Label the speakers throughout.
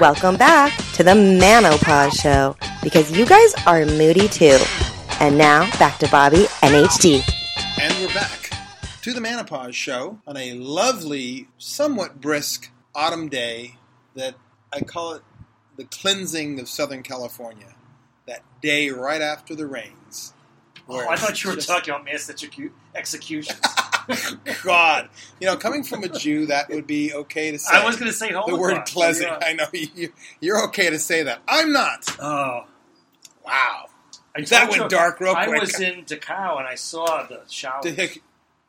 Speaker 1: Welcome back to the Manopause Show because you guys are moody too. And now back to Bobby and HD.
Speaker 2: And we're back to the Manopause Show on a lovely, somewhat brisk autumn day that I call it the cleansing of Southern California. That day right after the rains.
Speaker 3: Oh, I thought you were talking about mass execu- executions.
Speaker 2: God, you know, coming from a Jew, that would be okay to say.
Speaker 3: I was going to say Holocaust.
Speaker 2: the word "pleasant."
Speaker 3: Yeah.
Speaker 2: I know you, you're okay to say that. I'm not.
Speaker 3: Oh,
Speaker 2: Wow.
Speaker 3: I
Speaker 2: That
Speaker 3: told
Speaker 2: went
Speaker 3: you,
Speaker 2: dark real
Speaker 3: I
Speaker 2: quick.
Speaker 3: was in Dachau and I saw the shower.
Speaker 2: The heck-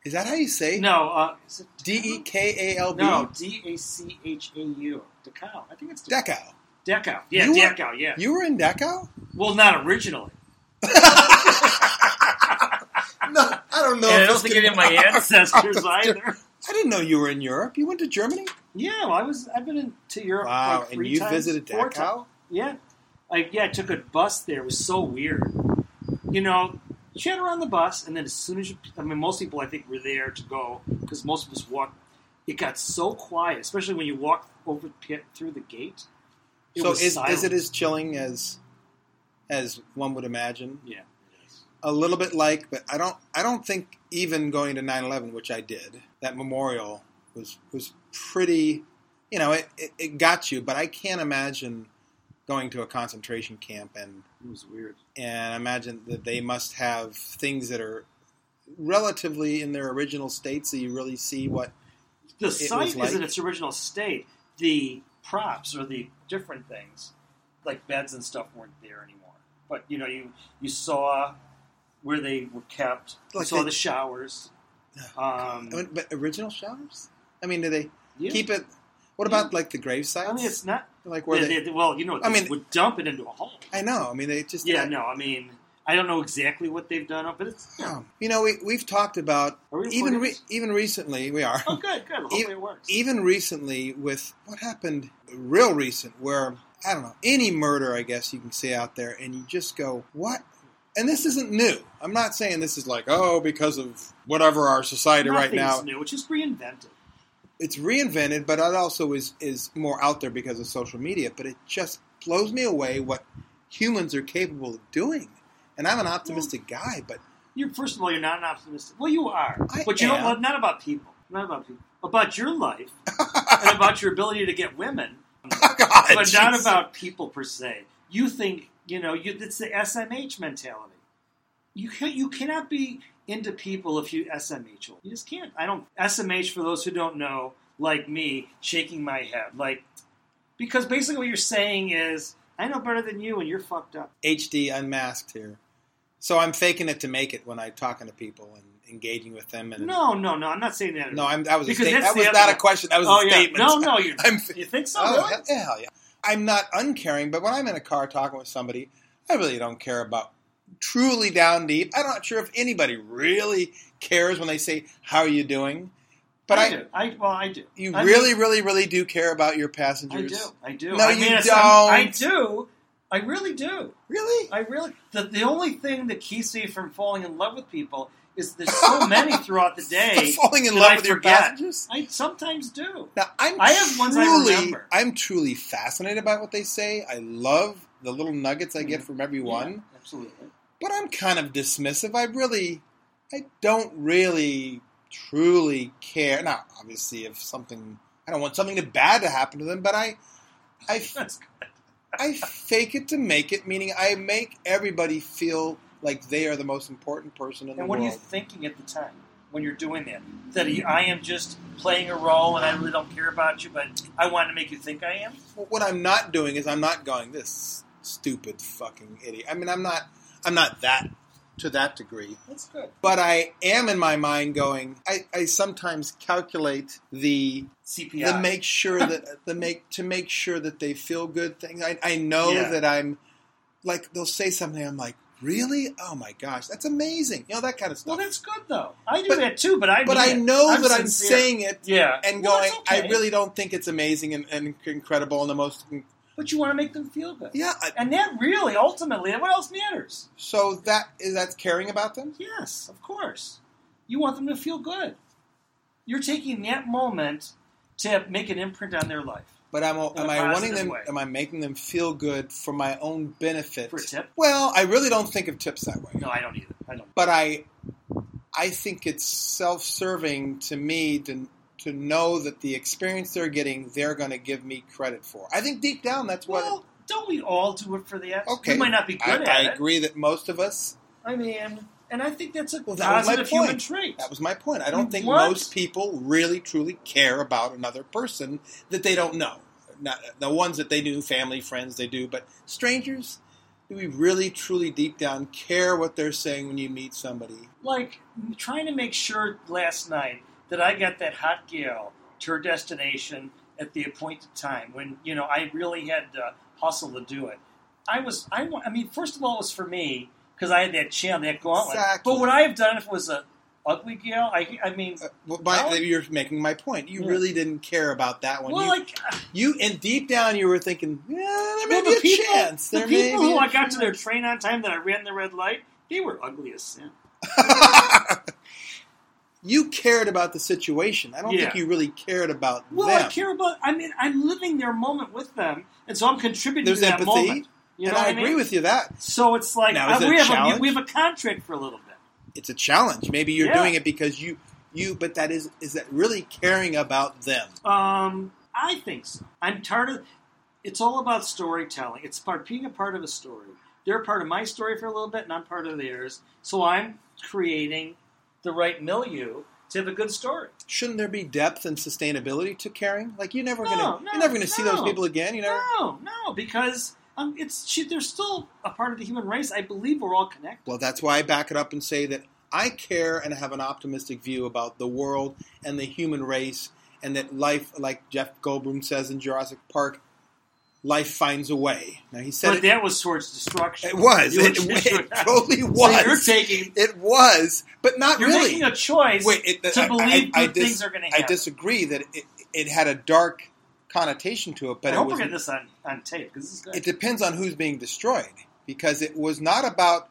Speaker 2: Is that how you say?
Speaker 3: no, uh, is it
Speaker 2: D e k a l b.
Speaker 3: No, D A C H A U. Dachau. I think it's Dachau.
Speaker 2: Dachau.
Speaker 3: Dachau. Yeah,
Speaker 2: You were-
Speaker 3: Dachau. Yeah.
Speaker 2: You were in Dachau?
Speaker 3: well, not originally.
Speaker 2: No, I don't know. if
Speaker 3: and I
Speaker 2: this
Speaker 3: don't think
Speaker 2: can-
Speaker 3: any of my ancestors either.
Speaker 2: I didn't know you were in Europe. You went to Germany?
Speaker 3: Yeah, well, I was. I've been in, to Europe.
Speaker 2: Wow,
Speaker 3: like
Speaker 2: and
Speaker 3: three
Speaker 2: you
Speaker 3: times,
Speaker 2: visited
Speaker 3: four
Speaker 2: Dachau?
Speaker 3: times. Yeah, I yeah I took a bus there. It was so weird. You know, chat around the bus, and then as soon as you, I mean, most people I think were there to go because most of us walked. It got so quiet, especially when you walked over pi- through the gate. It
Speaker 2: so
Speaker 3: was
Speaker 2: is,
Speaker 3: silent.
Speaker 2: is it as chilling as as one would imagine?
Speaker 3: yeah. it is.
Speaker 2: A little bit like, but I don't I don't think even going to 9/11, which I did, that memorial was was pretty, you know, it, it, it got you, but I can't imagine going to a concentration camp and
Speaker 3: It was weird.
Speaker 2: and I imagine that they must have things that are relatively in their original state so you really see what
Speaker 3: The
Speaker 2: was
Speaker 3: site is
Speaker 2: like-
Speaker 3: in its original state. The props or the different things, like beds and stuff, weren't there anymore. But you know, you you saw where they were kept. You
Speaker 2: Like
Speaker 3: saw
Speaker 2: they-
Speaker 3: the showers. Um,
Speaker 2: I mean, but original showers? I mean, do they
Speaker 3: yeah.
Speaker 2: keep it? What
Speaker 3: Yeah.
Speaker 2: about like the grave sites?
Speaker 3: I mean, it's not.
Speaker 2: like where
Speaker 3: they-
Speaker 2: they,
Speaker 3: they- well, you know,
Speaker 2: I
Speaker 3: they
Speaker 2: mean-
Speaker 3: would dump it into a hole.
Speaker 2: I know. I mean, they just uh,
Speaker 3: Yeah,
Speaker 2: like,
Speaker 3: no, I mean, I don't know exactly what they've done up, but it's
Speaker 2: no. You know, we we've talked about
Speaker 3: Are we
Speaker 2: even re-
Speaker 3: recording
Speaker 2: even recently we are
Speaker 3: oh, good, good. Hopefully
Speaker 2: Even-
Speaker 3: it works.
Speaker 2: even recently with what happened real recent where I don't know any murder I guess you can say out there and you just go what. And this isn't new. I'm not saying this is like, oh, because of whatever our society right now.
Speaker 3: Nothing's new. It's just reinvented.
Speaker 2: it's reinvented, but it also is is more out there because of social media. But it just blows me away what humans are capable of doing. And I'm an optimistic guy, but
Speaker 3: You're first of all, you're not an optimist. Well, you are,
Speaker 2: I
Speaker 3: but you
Speaker 2: am.
Speaker 3: don't. Well, not about people. Not about people. About your life and about your ability to get women,
Speaker 2: oh God,
Speaker 3: but not
Speaker 2: jeez.
Speaker 3: about people per se. You think you know? You, it's the SMH mentality. You can You cannot be into people if you SMH. You just can't. I don't SMH. For those who don't know, like me, shaking my head, like because basically what you're saying is, I know better than you, and you're fucked up.
Speaker 2: HD unmasked here. So I'm faking it to make it when I'm talking to people and engaging with them. And
Speaker 3: No, no, no. I'm not saying that.
Speaker 2: no, I'm, that was a
Speaker 3: Because
Speaker 2: sta-
Speaker 3: that's
Speaker 2: that
Speaker 3: the
Speaker 2: was
Speaker 3: other
Speaker 2: not a
Speaker 3: one.
Speaker 2: question. That was
Speaker 3: oh
Speaker 2: a
Speaker 3: yeah.
Speaker 2: statement.
Speaker 3: No, no. You're,
Speaker 2: I'm
Speaker 3: you think so?
Speaker 2: Oh,
Speaker 3: Really?
Speaker 2: hell, yeah, hell yeah. I'm not uncaring, but when I'm in a car talking with somebody, I really don't care about truly down deep. I'm not sure if anybody really cares when they say, How are you doing? But I,
Speaker 3: do. I well, I do.
Speaker 2: you
Speaker 3: I mean,
Speaker 2: really, really, really do care about your
Speaker 3: I
Speaker 2: passengers.
Speaker 3: do. I do.
Speaker 2: No,
Speaker 3: I
Speaker 2: you
Speaker 3: mean, it's-
Speaker 2: don't.
Speaker 3: I'm- I do. I really do.
Speaker 2: Really?
Speaker 3: I really. The, the only thing that keeps me from falling in love with people is there's so many throughout the day.
Speaker 2: Falling in
Speaker 3: did
Speaker 2: love
Speaker 3: I
Speaker 2: with your
Speaker 3: forget?
Speaker 2: passengers?
Speaker 3: I sometimes do.
Speaker 2: Now I'm
Speaker 3: I have ones I
Speaker 2: truly,
Speaker 3: remember.
Speaker 2: I'm truly fascinated by what they say. I love the little nuggets I get from everyone.
Speaker 3: Mm. Yeah, absolutely.
Speaker 2: but I'm kind of dismissive. I really, I don't really truly care. Now, obviously, if something, I don't want something bad to happen to them, but I, I,
Speaker 3: That's good.
Speaker 2: I fake it to make it, meaning I make everybody feel like they are the most important person in the
Speaker 3: And what are
Speaker 2: world.
Speaker 3: you thinking at the time when you're doing that? That I am just playing a role and I really don't care about you, but I want to make you think I am.
Speaker 2: Well, what I'm not doing is I'm not going this stupid fucking idiot. I mean, I'm not, I'm not that to that degree.
Speaker 3: That's good.
Speaker 2: But I am in my mind going. I, I sometimes calculate the
Speaker 3: CPI.
Speaker 2: to make sure that the make to make sure that they feel good thing. I, I know
Speaker 3: Yeah.
Speaker 2: that I'm like they'll say something. I'm like, really? Oh my gosh, that's amazing. You know that kind of
Speaker 3: Well,
Speaker 2: stuff.
Speaker 3: that's good though. I do
Speaker 2: But-
Speaker 3: that too, but I
Speaker 2: but
Speaker 3: mean
Speaker 2: I
Speaker 3: it.
Speaker 2: know that I'm
Speaker 3: sincere.
Speaker 2: saying it
Speaker 3: yeah,
Speaker 2: and
Speaker 3: Well,
Speaker 2: going.
Speaker 3: that's okay.
Speaker 2: I really don't think it's amazing and, and incredible and the most.
Speaker 3: But you want to make them feel good,
Speaker 2: Yeah. I,
Speaker 3: and that really ultimately, what else matters?
Speaker 2: so that is that's caring about them.
Speaker 3: Yes, of course. You want them to feel good. You're taking that moment to make an imprint on their life.
Speaker 2: But am, I-
Speaker 3: In a
Speaker 2: am I wanting
Speaker 3: positive
Speaker 2: them?
Speaker 3: way.
Speaker 2: Am I making them feel good for my own benefit?
Speaker 3: For a tip?
Speaker 2: Well, I really don't think of tips that way.
Speaker 3: No, I don't either. I don't.
Speaker 2: But I, I think it's self-serving to me to to know that the experience they're getting, they're going to give me credit for. I think deep down, that's what.
Speaker 3: Well, don't we all do it for the ex?
Speaker 2: Okay.
Speaker 3: We might not be good
Speaker 2: I,
Speaker 3: at
Speaker 2: I
Speaker 3: it.
Speaker 2: agree that most of us.
Speaker 3: I mean, and I think that's a
Speaker 2: Well, that was my
Speaker 3: positive human
Speaker 2: point.
Speaker 3: trait.
Speaker 2: That was my point. I don't think
Speaker 3: What?
Speaker 2: most people really truly care about another person that they don't know. Not the ones that they do, family, friends, they do, but strangers. Do we really, truly, deep down care what they're saying when you meet somebody?
Speaker 3: like trying to make sure last night that I got that hot gal to her destination at the appointed time when you know I really had to hustle to do it. I was I wa- I mean first of all it was for me because I had that channel that gauntlet.
Speaker 2: Exactly.
Speaker 3: But would I have done if it was a ugly gal? I I mean.
Speaker 2: Uh, well, my,
Speaker 3: No.
Speaker 2: You're making my point. You
Speaker 3: Yeah.
Speaker 2: really didn't care about that one.
Speaker 3: well,
Speaker 2: you,
Speaker 3: like
Speaker 2: you, and deep down, you were thinking, yeah, there may
Speaker 3: well,
Speaker 2: be
Speaker 3: the
Speaker 2: a
Speaker 3: people,
Speaker 2: chance.
Speaker 3: the
Speaker 2: There may
Speaker 3: people
Speaker 2: be
Speaker 3: who
Speaker 2: a
Speaker 3: I got to their train on time that I ran the red light, they were ugly as sin.
Speaker 2: you cared about the situation. I don't
Speaker 3: Yeah.
Speaker 2: think you really cared about
Speaker 3: Well,
Speaker 2: them.
Speaker 3: I care about. I mean, I'm living their moment with them, and so I'm contributing
Speaker 2: There's
Speaker 3: to that
Speaker 2: empathy,
Speaker 3: moment. You
Speaker 2: and
Speaker 3: know
Speaker 2: I
Speaker 3: what
Speaker 2: agree
Speaker 3: mean?
Speaker 2: with you that
Speaker 3: So it's like
Speaker 2: Now, is
Speaker 3: uh,
Speaker 2: it
Speaker 3: we
Speaker 2: a
Speaker 3: have a,
Speaker 2: challenge?
Speaker 3: we have a contract for a little bit.
Speaker 2: it's a challenge. Maybe you're
Speaker 3: Yeah.
Speaker 2: doing it because you you. But that is is that really caring about them?
Speaker 3: Um, I think so. I'm tired of. It's all about storytelling. It's part being a part of a story. They're part of my story for a little bit, and I'm part of theirs. So I'm creating the right milieu to have a good story.
Speaker 2: Shouldn't there be depth and sustainability to caring? Like you're never
Speaker 3: No,
Speaker 2: gonna
Speaker 3: no,
Speaker 2: you're never gonna see those
Speaker 3: no.
Speaker 2: people again. You never.
Speaker 3: No, no, because um, it's she, they're still a part of the human race. I believe we're all connected.
Speaker 2: Well, that's why I back it up and say that I care and have an optimistic view about the world and the human race, and that life, like Jeff Goldblum says in Jurassic Park, life finds a way. Now he said
Speaker 3: But
Speaker 2: it,
Speaker 3: that was towards destruction.
Speaker 2: it was.
Speaker 3: You were-
Speaker 2: It, it
Speaker 3: so
Speaker 2: totally was.
Speaker 3: you're taking.
Speaker 2: it was, but not
Speaker 3: You're
Speaker 2: really.
Speaker 3: making a choice
Speaker 2: Wait, it-
Speaker 3: to
Speaker 2: I- I-
Speaker 3: believe
Speaker 2: I
Speaker 3: good
Speaker 2: dis-
Speaker 3: things are going to
Speaker 2: I
Speaker 3: happen.
Speaker 2: disagree that it, it had a dark connotation to it, but
Speaker 3: I
Speaker 2: it
Speaker 3: hope
Speaker 2: was
Speaker 3: we're getting this on, on tape because this is good.
Speaker 2: it depends on who's being destroyed because it was not about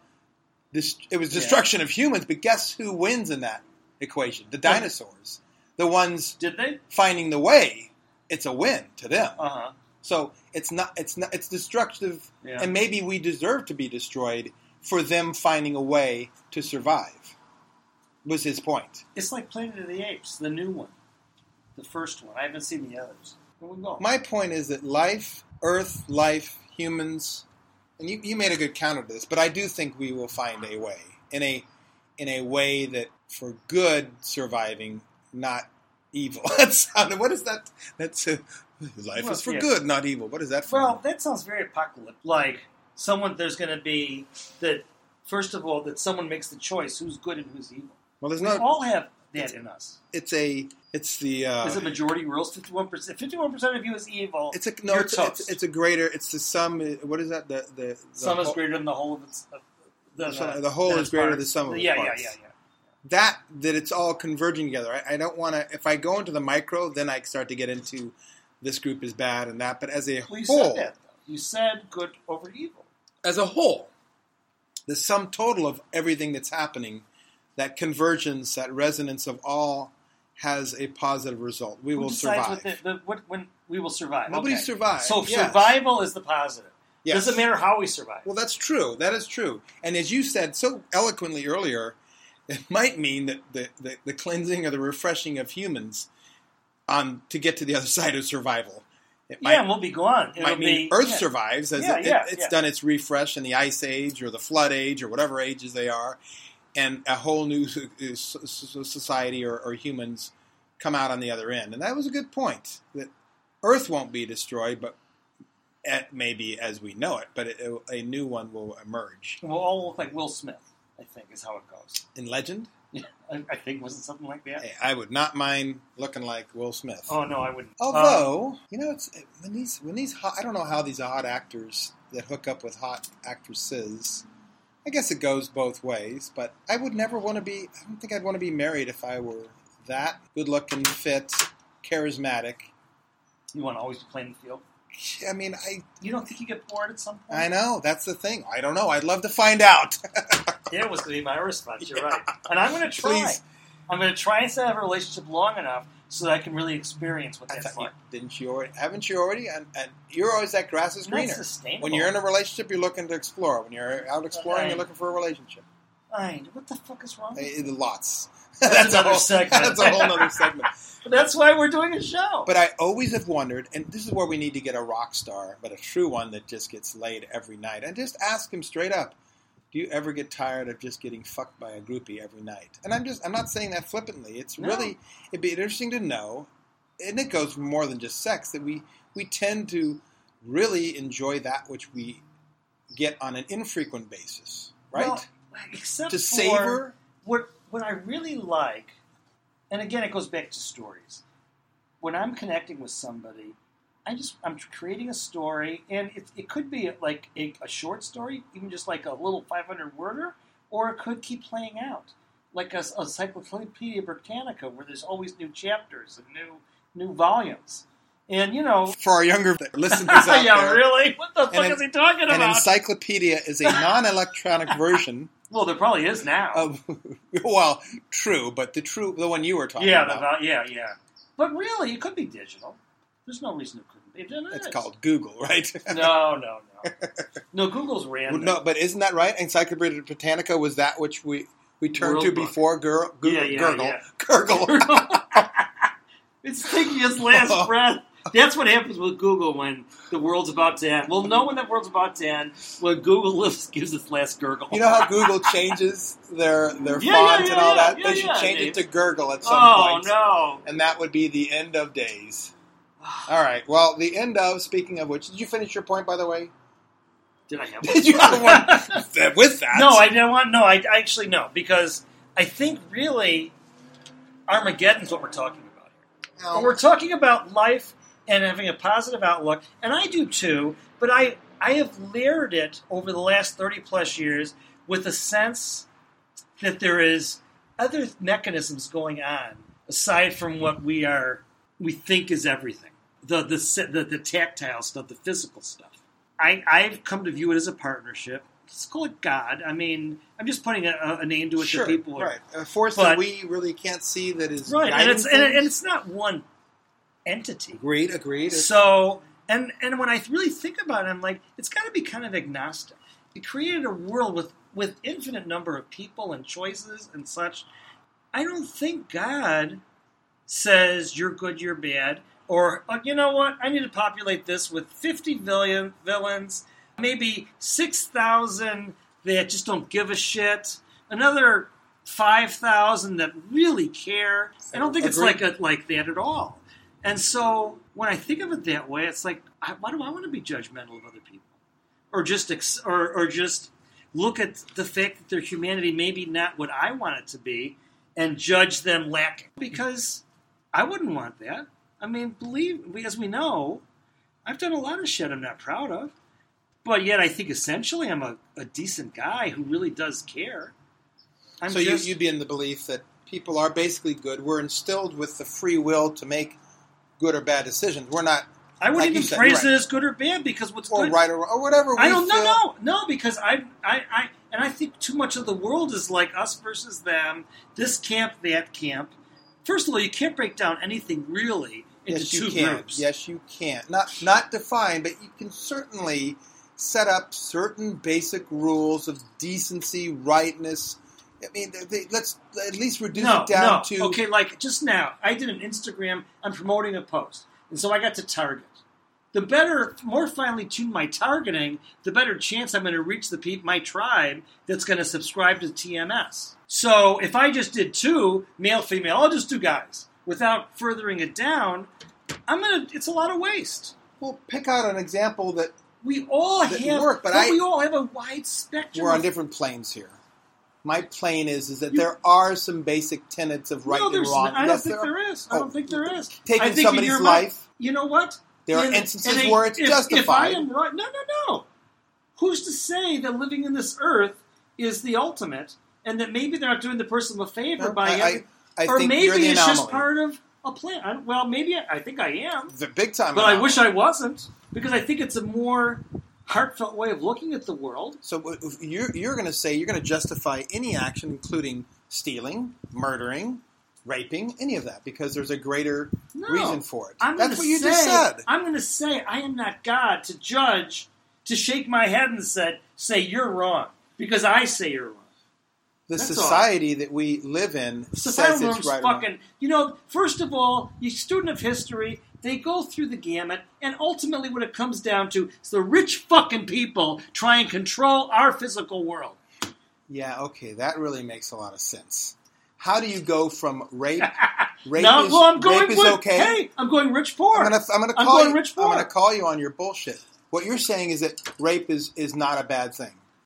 Speaker 2: this it was
Speaker 3: Yeah.
Speaker 2: destruction of humans but guess who wins in that equation the dinosaurs the ones
Speaker 3: Did they?
Speaker 2: finding the way it's a win to them
Speaker 3: Uh huh.
Speaker 2: so it's not it's not it's destructive
Speaker 3: Yeah.
Speaker 2: and maybe we deserve to be destroyed for them finding a way to survive was his point
Speaker 3: It's like Planet of the Apes, the new one, the first one. I haven't seen the others. Where we going?
Speaker 2: my point is that life earth life humans and you, you made a good counter to this, but I do think we will find a way in a in a way that for good surviving, not evil. that sounded. What is that? That's a, life
Speaker 3: Well,
Speaker 2: is for
Speaker 3: yeah.
Speaker 2: good, not evil. What is that? For?
Speaker 3: well, that sounds very apocalyptic. Like someone, there's going to be that. First of all, that someone makes the choice who's good and who's evil.
Speaker 2: well, there's
Speaker 3: We
Speaker 2: no.
Speaker 3: all have that in us.
Speaker 2: It's a. It's the. Uh,
Speaker 3: Is it majority rules? Fifty-one percent. Fifty-one percent of you is evil.
Speaker 2: it's a no.
Speaker 3: You're
Speaker 2: It's, it's,
Speaker 3: toast.
Speaker 2: it's a greater. It's the sum. What is that? The the, the
Speaker 3: Some is
Speaker 2: whole-
Speaker 3: greater than the whole of its. of- than
Speaker 2: The sum- the whole
Speaker 3: than
Speaker 2: is
Speaker 3: its
Speaker 2: greater than
Speaker 3: parts.
Speaker 2: the sum of its
Speaker 3: yeah,
Speaker 2: parts.
Speaker 3: Yeah, yeah, yeah.
Speaker 2: that that it's all converging together. I, I don't want to. If I go into the micro, then I start to get into this group is bad and that. But as a
Speaker 3: Well, you
Speaker 2: whole,
Speaker 3: said that. Though. You said good over evil.
Speaker 2: as a whole, the sum total of everything that's happening, that convergence, that resonance of all, has a positive result. We
Speaker 3: Who
Speaker 2: will
Speaker 3: decides
Speaker 2: survive.
Speaker 3: What the, the, what, when we will survive.
Speaker 2: Nobody
Speaker 3: okay.
Speaker 2: survives,
Speaker 3: So
Speaker 2: yes.
Speaker 3: survival is the positive.
Speaker 2: Yes.
Speaker 3: Doesn't matter how we survive.
Speaker 2: Well, that's true. That is true. And as you said so eloquently earlier, it might mean that the, the, the cleansing or the refreshing of humans on to get to the other side of survival. It
Speaker 3: yeah, and we'll be gone. It'll
Speaker 2: might mean
Speaker 3: be,
Speaker 2: Earth
Speaker 3: yeah.
Speaker 2: survives as
Speaker 3: Yeah,
Speaker 2: it,
Speaker 3: yeah,
Speaker 2: it's
Speaker 3: yeah.
Speaker 2: done its refresh in the Ice Age or the Flood Age or whatever ages they are, and a whole new so- so- so- society or, or humans come out on the other end. And that was a good point that Earth won't be destroyed, but at maybe as we know it, but it, a new one will emerge.
Speaker 3: We'll all look like Will Smith. I think is how it goes.
Speaker 2: In legend,
Speaker 3: I, I think wasn't something like that.
Speaker 2: hey, I would not mind looking like Will Smith.
Speaker 3: Oh no, I wouldn't. Um,
Speaker 2: Although you know, it's when these when these hot, I don't know how these hot actors that hook up with hot actresses. I guess it goes both ways, but I would never want to be. I don't think I'd want to be married if I were that good-looking, fit, charismatic.
Speaker 3: you want to always be playing the field.
Speaker 2: I mean, I
Speaker 3: You don't think you get bored at some point?
Speaker 2: I know that's the thing. I don't know. I'd love to find out.
Speaker 3: That was going to be my response. You're right. And I'm going to try.
Speaker 2: Please.
Speaker 3: I'm going to try and set up a relationship long enough so that I can really experience what
Speaker 2: I
Speaker 3: that's
Speaker 2: thought you,
Speaker 3: like.
Speaker 2: didn't you already? Haven't you already? And, and you're always that grass is
Speaker 3: It's not
Speaker 2: greener.
Speaker 3: sustainable.
Speaker 2: When you're in a relationship, you're looking to explore. When you're out exploring,
Speaker 3: Right.
Speaker 2: you're looking for a relationship.
Speaker 3: Fine. What the fuck is wrong? with
Speaker 2: Eh, eh, Lots.
Speaker 3: That's
Speaker 2: a
Speaker 3: another
Speaker 2: whole,
Speaker 3: segment.
Speaker 2: That's a whole other segment.
Speaker 3: you? That's why we're doing a show.
Speaker 2: But I always have wondered, and this is where we need to get a rock star, but a true one that just gets laid every night, and just ask him straight up, do you ever get tired of just getting fucked by a groupie every night? And I'm just, I'm not saying that flippantly. It's
Speaker 3: No.
Speaker 2: really, it'd be interesting to know, and it goes more than just sex that we we tend to really enjoy that which we get on an infrequent basis, right?
Speaker 3: Well, except
Speaker 2: to
Speaker 3: for
Speaker 2: savor,
Speaker 3: what what I really like, and again, it goes back to stories. When I'm connecting with somebody, I just I'm creating a story, and it, it could be like a, a short story, even just like a little 500 worder, or it could keep playing out like a, a Encyclopedia Britannica, where there's always new chapters and new new volumes. And you know,
Speaker 2: for our younger listeners out
Speaker 3: yeah,
Speaker 2: there.
Speaker 3: really, what the fuck
Speaker 2: an-
Speaker 3: is he talking
Speaker 2: An
Speaker 3: about?
Speaker 2: encyclopedia is a non-electronic version
Speaker 3: well, there probably is now.
Speaker 2: of well, true, but the true the one you were talking
Speaker 3: yeah, the
Speaker 2: about.
Speaker 3: val- yeah, yeah. But really, it could be digital. There's no reason it couldn't be. It
Speaker 2: it's
Speaker 3: is.
Speaker 2: called Google, right?
Speaker 3: No, no, no. No, Google's random.
Speaker 2: no, but isn't that right? Encyclopedia Britannica was that which we we turned to
Speaker 3: World Book.
Speaker 2: before Gur- Gur-
Speaker 3: Yeah, yeah,
Speaker 2: Gurgle.
Speaker 3: yeah.
Speaker 2: Gurgle.
Speaker 3: it's taking his last breath. That's what happens with Google when the world's about to end. We'll know when the world's about to end when Google lives, gives its last gurgle.
Speaker 2: You know how Google changes their their
Speaker 3: Yeah, yeah,
Speaker 2: font
Speaker 3: yeah,
Speaker 2: and all
Speaker 3: yeah,
Speaker 2: that?
Speaker 3: yeah,
Speaker 2: they should
Speaker 3: yeah,
Speaker 2: change it to Gurgle at some
Speaker 3: oh
Speaker 2: point.
Speaker 3: no!
Speaker 2: And that would be the end of days. All right. Well, the end of. Speaking of which, did you finish your point? By the way,
Speaker 3: Did I have?
Speaker 2: did you have one with that?
Speaker 3: No, I didn't want. No, I I actually no because I think really Armageddon's what we're talking about here. But
Speaker 2: No.
Speaker 3: We're talking about life and having a positive outlook, and I do too. But I I have layered it over the last thirty plus years with a sense that there is other mechanisms going on aside from what we are we think is everything the the se- the, the tactile stuff, the physical stuff. I I've come to view it as a partnership. Let's call it God. I mean, I'm just putting a, a- a name to it.
Speaker 2: sure,
Speaker 3: that people are
Speaker 2: right. A force
Speaker 3: But-
Speaker 2: that we really can't see that is
Speaker 3: right, and
Speaker 2: guiding
Speaker 3: it's and, it,
Speaker 2: things.
Speaker 3: and it's not one entity.
Speaker 2: Agreed, agreed. It's-
Speaker 3: So, and and when I really think about it, I'm like, it's got to be kind of agnostic. He created a world with with infinite number of people and choices and such. I don't think God says you're good, you're bad, or "Oh, you know what? I need to populate this with 50 villain, villains, maybe 6,000 that just don't give a shit, another 5,000 that really care. I don't think it's
Speaker 2: Agreed.
Speaker 3: like a, like that at all. And so when I think of it that way, it's like, I, why do I want to be judgmental of other people, or just ex- or or just look at the fact that their humanity may be not what I want it to be, and judge them lacking because I wouldn't want that. I mean, believe as we know, I've done a lot of shit I'm not proud of, but yet I think essentially I'm a, a decent guy who really does care. I'm
Speaker 2: so
Speaker 3: just,
Speaker 2: you, you'd be in the belief that people are basically good. We're instilled with the free will to make good or bad decisions. We're not,
Speaker 3: I wouldn't
Speaker 2: like you
Speaker 3: even
Speaker 2: said,
Speaker 3: praise
Speaker 2: right.
Speaker 3: it as good or bad because what's
Speaker 2: or
Speaker 3: good
Speaker 2: right or, or whatever.
Speaker 3: I
Speaker 2: we
Speaker 3: don't know.
Speaker 2: feel.
Speaker 3: No, no, because I, I, I, and I think too much of the world is like us versus them. This camp, that camp. First of all, you can't break down anything really into
Speaker 2: Yes,
Speaker 3: two
Speaker 2: you can.
Speaker 3: groups.
Speaker 2: Yes, you can. Not not defined, but you can certainly set up certain basic rules of decency, rightness. I mean, they, they- let's at least reduce
Speaker 3: no,
Speaker 2: it down
Speaker 3: no.
Speaker 2: to
Speaker 3: okay. Like just now, I did an Instagram. I'm promoting a post, and so I got to target. The better, more finely tuned my targeting, the better chance I'm going to reach the peop my tribe that's going to subscribe to TMS. So if I just did two male, female, I'll just do guys without furthering it down. I'm gonna. It's a lot of waste.
Speaker 2: we'll pick out an example that
Speaker 3: We all
Speaker 2: That
Speaker 3: have,
Speaker 2: work, but I-
Speaker 3: we all have a wide spectrum.
Speaker 2: we're on
Speaker 3: of-
Speaker 2: different planes here. My plane is is that
Speaker 3: You-
Speaker 2: there are some basic tenets of right
Speaker 3: no,
Speaker 2: and
Speaker 3: there's.
Speaker 2: wrong.
Speaker 3: I don't
Speaker 2: Yes,
Speaker 3: think
Speaker 2: there are.
Speaker 3: there is. I
Speaker 2: Oh,
Speaker 3: don't think there is. I
Speaker 2: Taking
Speaker 3: think in
Speaker 2: somebody's
Speaker 3: your mind-
Speaker 2: life,
Speaker 3: You know what?
Speaker 2: there are
Speaker 3: And-
Speaker 2: instances
Speaker 3: and I-
Speaker 2: where it's
Speaker 3: if, If I
Speaker 2: justified.
Speaker 3: am right, no, no, no. Who's to say that living in this earth is the ultimate, and that maybe they're not doing the person a favor
Speaker 2: No, I,
Speaker 3: by,
Speaker 2: I, I
Speaker 3: or
Speaker 2: think
Speaker 3: maybe
Speaker 2: you're the
Speaker 3: it's
Speaker 2: anomaly.
Speaker 3: just part of a plan. I, don't- well, maybe I, I think I am,
Speaker 2: the big time.
Speaker 3: but I wish I wasn't because I think it's a more heartfelt way of looking at the world.
Speaker 2: So uh, what- if you're, you're going to say you're going to justify any action, including stealing, murdering, raping, any of that, because there's a greater
Speaker 3: No.
Speaker 2: reason for it.
Speaker 3: I'm
Speaker 2: That's
Speaker 3: gonna
Speaker 2: what you
Speaker 3: say,
Speaker 2: just said.
Speaker 3: I'm going to say I am not God to judge, to shake my head and said, say you're wrong because I say you're wrong.
Speaker 2: The
Speaker 3: that's all.
Speaker 2: society that we live in
Speaker 3: Societal
Speaker 2: says it's
Speaker 3: norms
Speaker 2: right. or wrong.
Speaker 3: fucking. You know, first of all, you student of history, they go through the gamut, and ultimately, what it comes down to is the rich fucking people try and control our physical world.
Speaker 2: Yeah, okay, that really makes a lot of sense. How do you go from rape? Rape
Speaker 3: now,
Speaker 2: is,
Speaker 3: well, I'm going
Speaker 2: rape is
Speaker 3: with,
Speaker 2: okay.
Speaker 3: hey, I'm going rich poor.
Speaker 2: I'm gonna, I'm gonna
Speaker 3: I'm
Speaker 2: call
Speaker 3: going
Speaker 2: you.
Speaker 3: rich
Speaker 2: I'm
Speaker 3: poor.
Speaker 2: gonna call you on your bullshit. What you're saying is that rape is is not a bad thing.